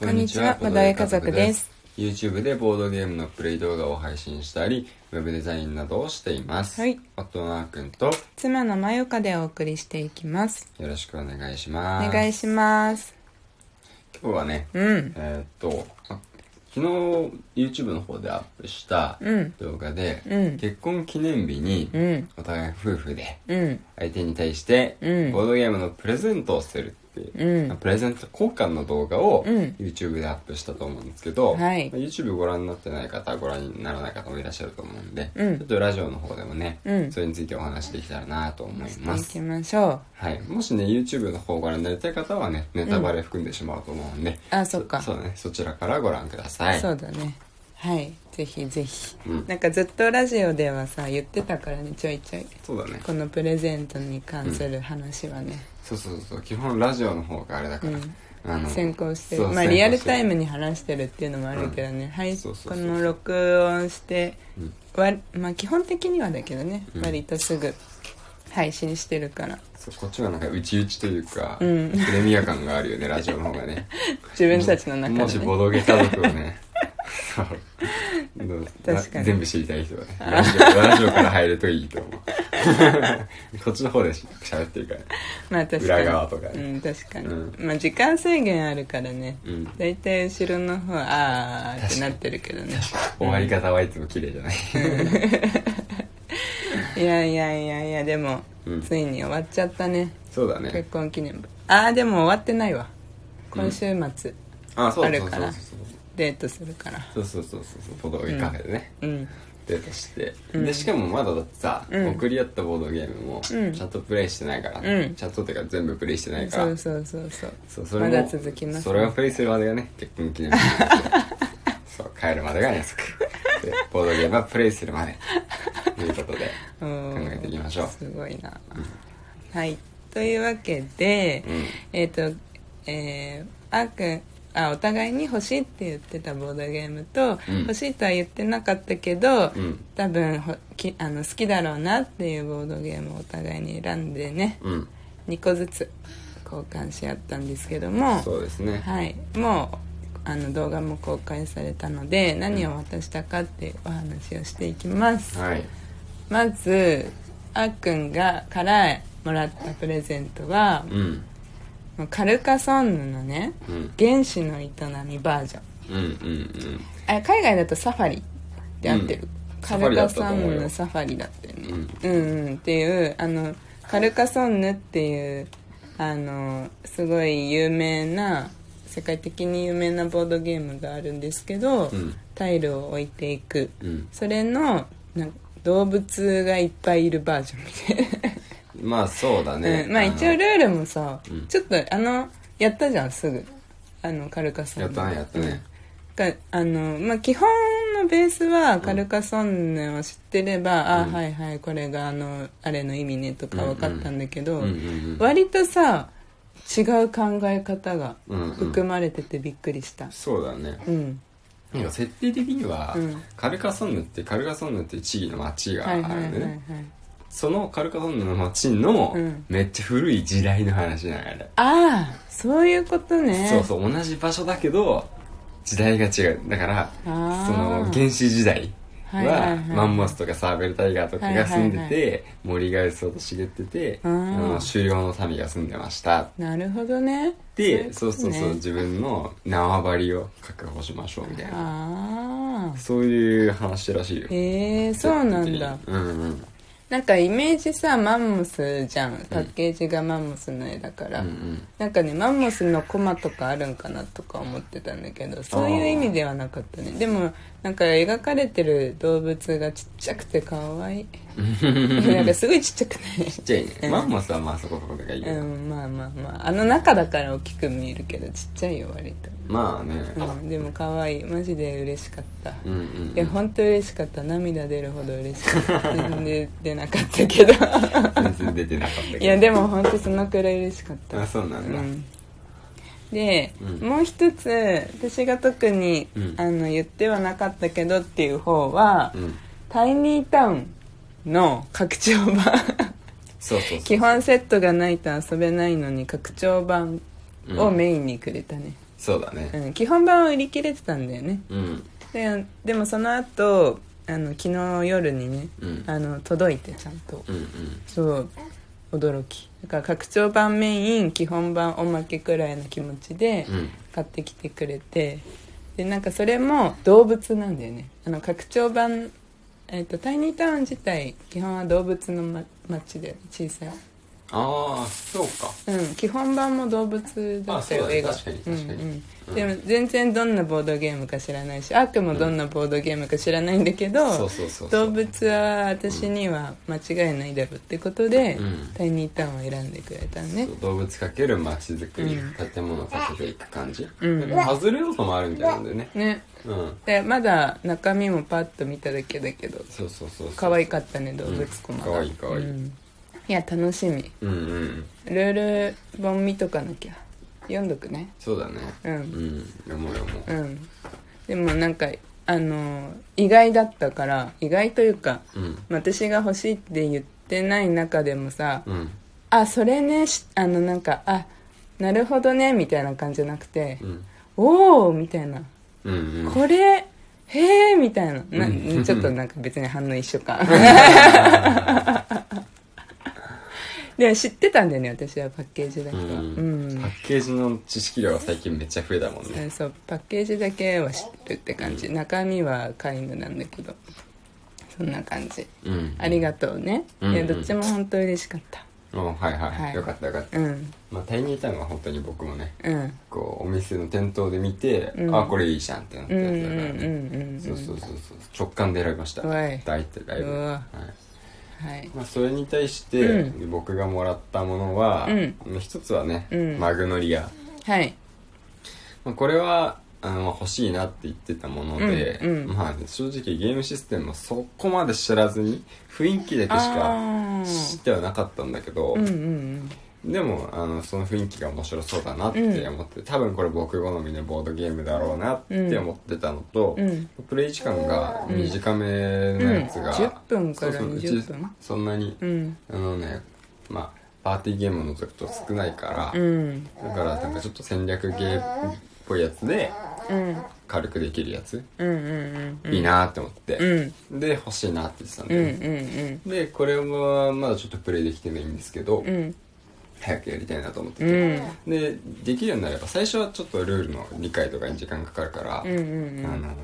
こんにちはボドゲ家族です YouTube でボードゲームのプレイ動画を配信したりウェブデザインなどをしていますはい夫のあーくんとよ妻のまゆかでお送りしていきますろしくお願いしおます願いします今日はね、うんえーっとあ昨日 YouTube の方でアップしたうん動画で、うん結婚記念日にうんお互い夫婦でうん相手に対してうんボードゲームのプレゼントをするっていう、うんプレゼント交換の動画をうん YouTube でアップしたと思うんですけど、はい YouTube ご覧になってない方ご覧にならない方もいらっしゃると思うんで、うんちょっとラジオの方でもね、うんそれについてお話できたらなと思いしてまいすきましょはい、もしね YouTube の方をご覧になりたい方はねネタバレ含んでしまうと思うんで、うあそっかそそうだねそちらからご覧くださいうだねはいぜひぜひ、うんなんかずっとラジオではさ言ってたからねちょいちょいそうだねこのプレゼントに関する話はね、そうそうそう基本ラジオの方があれだから、あの先行してそるうまあ先行してるリアルタイムに話してるっていうのもあるけどね、はいそうそうこそうの録音して、うんわまあ基本的にはだけどね、うん割とすぐ配信してるからそうこっちはなんか内々というか、うんプレミア感があるよねラジオの方がね自分たちの中もしで、ボね、ドゲ家族を ねそうどう確かに全部知りたい人はねラジオラジオから入るといいと思う こっちの方でしゃべってるからねまあ確かに裏側とかねうん確かに、うんまあ時間制限あるからねうん大体後ろの方あーってなってるけどね終わり方はいつも綺麗じゃない いやいやいやいやでも、うんついに終わっちゃったねそうだね結婚記念日ああでも終わってないわ今週末、あそうあそるうかそうらそデートするからうそうそうそうそうボドゲカフェでね、うんデートして、でしかもまだだってさ、うん送り合ったボードゲームもちうんゃんとプレイしてないから、うんちゃんとっていうか全部プレイしてないかそら、うそうそうそうそうそれもまだ続きますそれをプレイするまでがね結婚記念日 なんですよそう帰るまでが約束でボードゲームはプレイするまでということで考考えていきましょうすごいな、はいというわけで、うんえっ、とえー、あーくんあお互いに欲しいって言ってたボードゲームと、うん欲しいとは言ってなかったけど、ん多分ほきあの好きだろうなっていうボードゲームをお互いに選んでね、うん2個ずつ交換し合ったんですけどもそうですねはい、もうあの動画も公開されたので何を渡したかってお話をしていきます、はいまずあっくんがからもらったプレゼントは、うんもうカルカソンヌのね、うん原始の営みバージョンうんうんうんあ海外だとサファリって合ってる、うんカルカソンヌのサファリだったよねうんうんっていうあのカルカソンヌっていうあのすごい有名な世界的に有名なボードゲームがあるんですけど、うんタイルを置いていくうんそれのなんか動物がいっぱいいるバージョンみたいなまあそうだね、うん、まあ一応のルールもさ、うんちょっとあのやったじゃんすぐあのカルカソンやったねやったねがあの、まあ、基本のベースはカルカソンヌを知ってれば、ああうんはいはいこれがあのあれの意味ねとか分かったんだけうど、んうん割とさ違う考え方がうんうん含まれててびっくりしたそうだねうんなんか設定的には、うんカルカソンヌってカルカソンヌっていう地域の町があはるいんではいね、はいはいそのカルカソンヌの町の、うんめっちゃ古い時代の話なんやねああそういうことねそうそう同じ場所だけど時代が違うだからそあーの原始時代は,、はいはいはいマンモスとかサーベルタイガーとかが住んでて、はいはい森がうっそうと茂っててあーあの狩猟の民が住んでましたっなるほどねてそうそうそう、ね自分の縄張りを確保しましょうみたいなああそういう話らしいよへえそうなんだうんうんなんかイメージさマンモスじゃんパッケージがマンモスの絵だから、うんうんなんかねマンモスのコマとかあるんかなとか思ってたんだけどそういう意味ではなかったねでもなんか描かれてる動物がちっちゃくてか わいいなんかすごいちっちゃくちっちゃいね、うんマンモスはまあそこそこでかいいけないど、うんまあまあまああの中だから大きく見えるけどちっちゃいよ割まあねと、うん、でもかわいいマジで嬉しかった、うんうんいや本当嬉しかった涙出るほど嬉し かった全然出なかったけど全然出てなかったけどいやでも本当そのくらい嬉しかったあそうなんだ、うんで、うんもう一つ私が特に、うんあの言ってはなかったけどっていう方は、うんタイニータウンの拡張版 そうそうそう基本セットがないと遊べないのに拡張版をメインにくれたね、そうだねうん、基本版は売り切れてたんだよねうんででもその後あの昨日夜にねうんあの届いてちゃんとうんそう驚きだから拡張版メイン基本版おまけくらいの気持ちでうんうん買ってきてくれてでなんかそれも動物なんだよねあの拡張版、えっとタイニータウン自体基本は動物の、ま、町で小さいああそうかうん基本版も動物だったあそうだよね絵が確かに確かにうんううんん、でも全然どんなボードゲームか知らないしアークもどんなボードゲームか知らないんだけど、そうそうそうそう動物は私には間違いないだろうってことで、うんタイニータウンを選んでくれたのねそう動物かける街づくり、う建物かけていく感じ、うんでもパズル要素もあるみたいなんだよねねうんでまだ中身もパッと見ただけだけどそうそうそうそう可愛かったね動物コマが、うん可愛い可愛いうんいや楽しみうんうんルール本見とかなきゃ読んどくねそうだねうんうん読もう読もううんでもなんかあの意外だったから意外というかうん私が欲しいって言ってない中でもさ、うんあそれねしあのなんかあなるほどねみたいな感じじゃなくて、うんおおみたいなうんうんこれへえみたいななうんちょっとなんか別に反応一 緒かでも知ってたんだよね私はパッケージだけうはうんん、パッケージの知識量が最近めっちゃ増えたもんねそうパッケージだけは知ってるって感じ中身は皆無なんだけどそんな感じうんありがとうね、うんいやどっちも本当嬉しかったおはいはい、はいよかったよかった、うんまあ、タイニータウンは本当に僕もねうんこうお店の店頭で見て、うんあこれいいじゃんってなったうんうんやうつだからね、んうんうんそうそうそうそう直感で選びましたわい大体だいぶ、うわはいはいまあ、それに対して、う僕がもらったものは、うん一つはね、うんマグノリア、はいまあ、これはあの欲しいなって言ってたもので、うんうんまあ、正直ゲームシステムもそこまで知らずに雰囲気だけしかあ知っーてはなかったんだけど、うんうんでもあのその雰囲気が面白そうだなって思って、多分これ僕好みのボードゲームだろうなって思ってたのと、うんうんプレイ時間が短めのやつが、うん10分からそうそううち20分そんなに、うんあのねまあパーティーゲームの時と少ないから、うんだからなんかちょっと戦略ゲームっぽいやつでうん軽くできるやつ、うんうんうんいいなって思って、うんで欲しいなって言ってたんうで、んうんでこれはまだちょっとプレイできてないんですけど、うんうん早くやりたいなと思ってうて、んでできるようになれば最初はちょっとルールの理解とかに時間かかるから、うんうんあの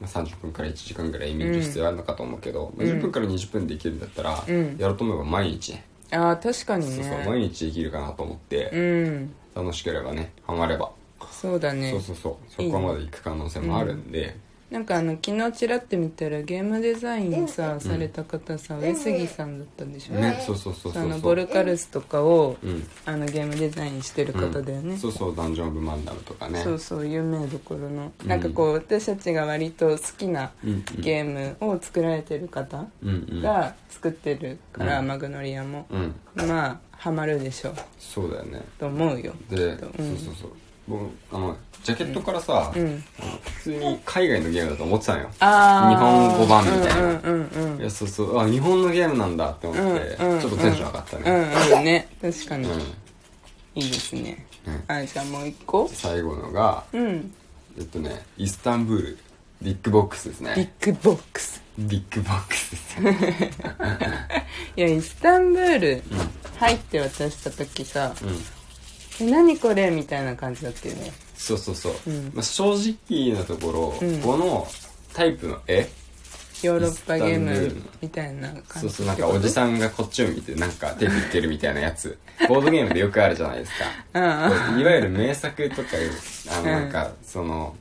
まあ30分から1時間ぐらい見る必要あるのかと思うけど、まあ10分から20分できるんだったら、うんやろうと思えば毎日ねあー確かにそうそう毎ね日できるかなと思って、うん楽しければねハマれば、そうだねそうそうそうそこまで行く可能性もあるんで、なんかあの昨日ちらって見たらゲームデザインさされた方さ上杉さんだったんでしょねそうそうそうそうあそのうボルカルスとかをうんあのゲームデザインしてる方だようねんそうそうダンジョン・オブ・マンダムとかねそうそう有名どころのなんかこう私たちが割と好きなうんうんゲームを作られてる方うんうんが作ってるから、うんマグノリアも、うんまあハマるでしょうそうだよねと思うよで、きっとそううんそうそう僕あのジャケットからさ、うんあの普通に海外のゲームだと思ってたのよああ日本語版みたいな、うんうんうんいやそうそうあ日本のゲームなんだって思って、うんうんちょっとテンション上がったうね、んうんね確かに、うんいいですね、うんあじゃあもう一個最後のがうんえっとねイスタンブールビッグボックスですビッねグボックスビッグボックスですねいやイスタンブール入って渡した時さうん「え何これ?」みたいな感じだったよねそうそうそう、うんまあ、正直なところ、うんこのタイプの絵ヨーロッパゲーイスタンブームルみたいな感じそうそうなんかおじさんがこっちを見てなんか手振ってるみたいなや つボードゲームでよくあるじゃないですかうんこういわゆる名作とかいうあのうんなんかその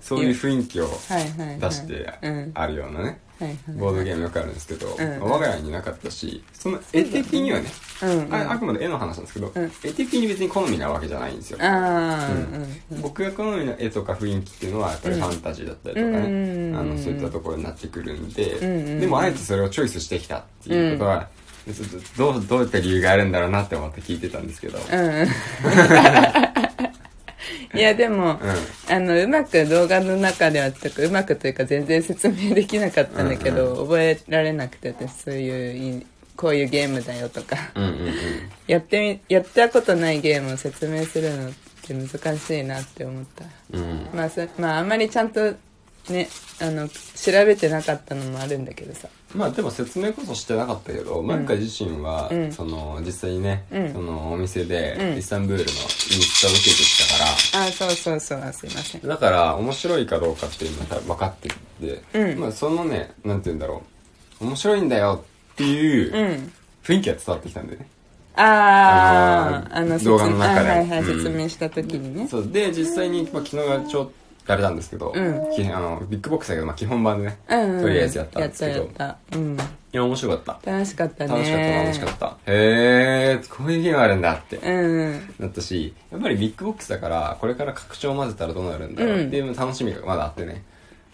そういう雰囲気をはいはい、はい、出してうんあるようなねはいはいボードゲームよくあるんですけど、ん我が家になかったしその絵的にはねうんうんああくまで絵の話なんですけど、うん絵的に別に好みなわけじゃないんですよ、ああ、うん僕が好みの絵とか雰囲気っていうのはやっぱりファンタジーだったりとかね、うんあのそういったところになってくるんで、うんでもあえてそれをチョイスしてきたっていうことは、ちょっとどうどういった理由があるんだろうなって思って聞いてたんですけど、うん うん。 いや、でも、あの、うまく動画の中ではとか、うまくというか全然説明できなかったんだけど、覚えられなくて、私そういうい、こういう ゲームだよとか、うんうんうんやってみ、やったことないゲームを説明するのって難しいなって思ったうんまあそまああんまりちゃんとねあの調べてなかったのもあるんだけどさまあでも説明こそしてなかったけど、マルカ自身は、うんその実際にね、うんそのお店うでんイスタンブールのインスタを受けてきたから、あそうそうそうあすいませんだから面白いかどうかって今分かってて、うんまあそのねなんて言うんだろう面白いんだよっていううん雰囲気が伝わってきたんでね、あーあのーあの説動画の中であはいはい、うん説明した時にねそうで実際に、まあ、昨日がちょっとあれなんですけど、うんきあのビッグボックスだけど、まあ、基本版でね、うんうんとりあえずやったんですけどやったやったうんいや面白かった楽しかったね楽しかった楽しかったへえこういうゲームあるんだってうんなったしやっぱりビッグボックスだからこれから拡張を混ぜたらどうなるんだろうっていう楽しみがまだあってね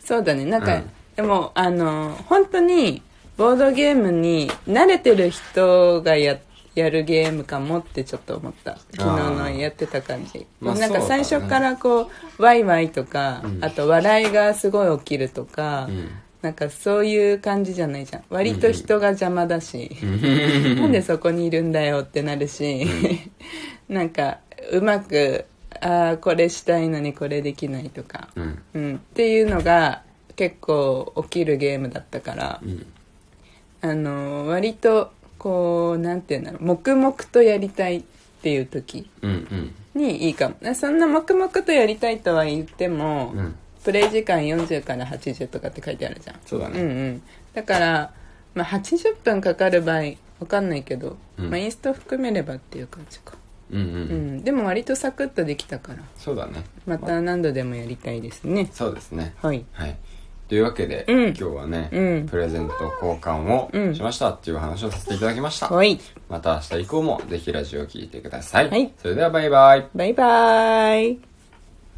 そうだねなんか、うんでもあの本当にボードゲームに慣れてる人がややるゲームかもってちょっと思った昨日のやってた感じ、まあなんかそうだ最ね初からこうワイワイとか、うんあと笑いがすごい起きるとか、うんなんかそういう感じじゃないじゃん割と人が邪魔だし、なんでそこにいるんだよってなるし、 なんかうまくああこれしたいのにこれできないとか、うんうん、っていうのが結構起きるゲームだったから、うんあの割とこうなんていうんだろう黙々とやりたいっていう時うんうんにいいかもそんな黙々とやりたいとは言っても、うんプレイ時間40から80とかって書いてあるじゃんそうだねうんうん、だから、まあ、80分かかる場合わかんないけど、うんまあ、インスト含めればっていう感じか、うんうん、うんでも割とサクッとできたからそうだねまた何度でもやりたいですねそうですねはいはいというわけで、うん今日はね、うんプレゼント交換うをんしましたっていう話をさせていただきました、はいまた明日以降もぜひラジオを聞いてください、はいそれではバイバイバイバーイ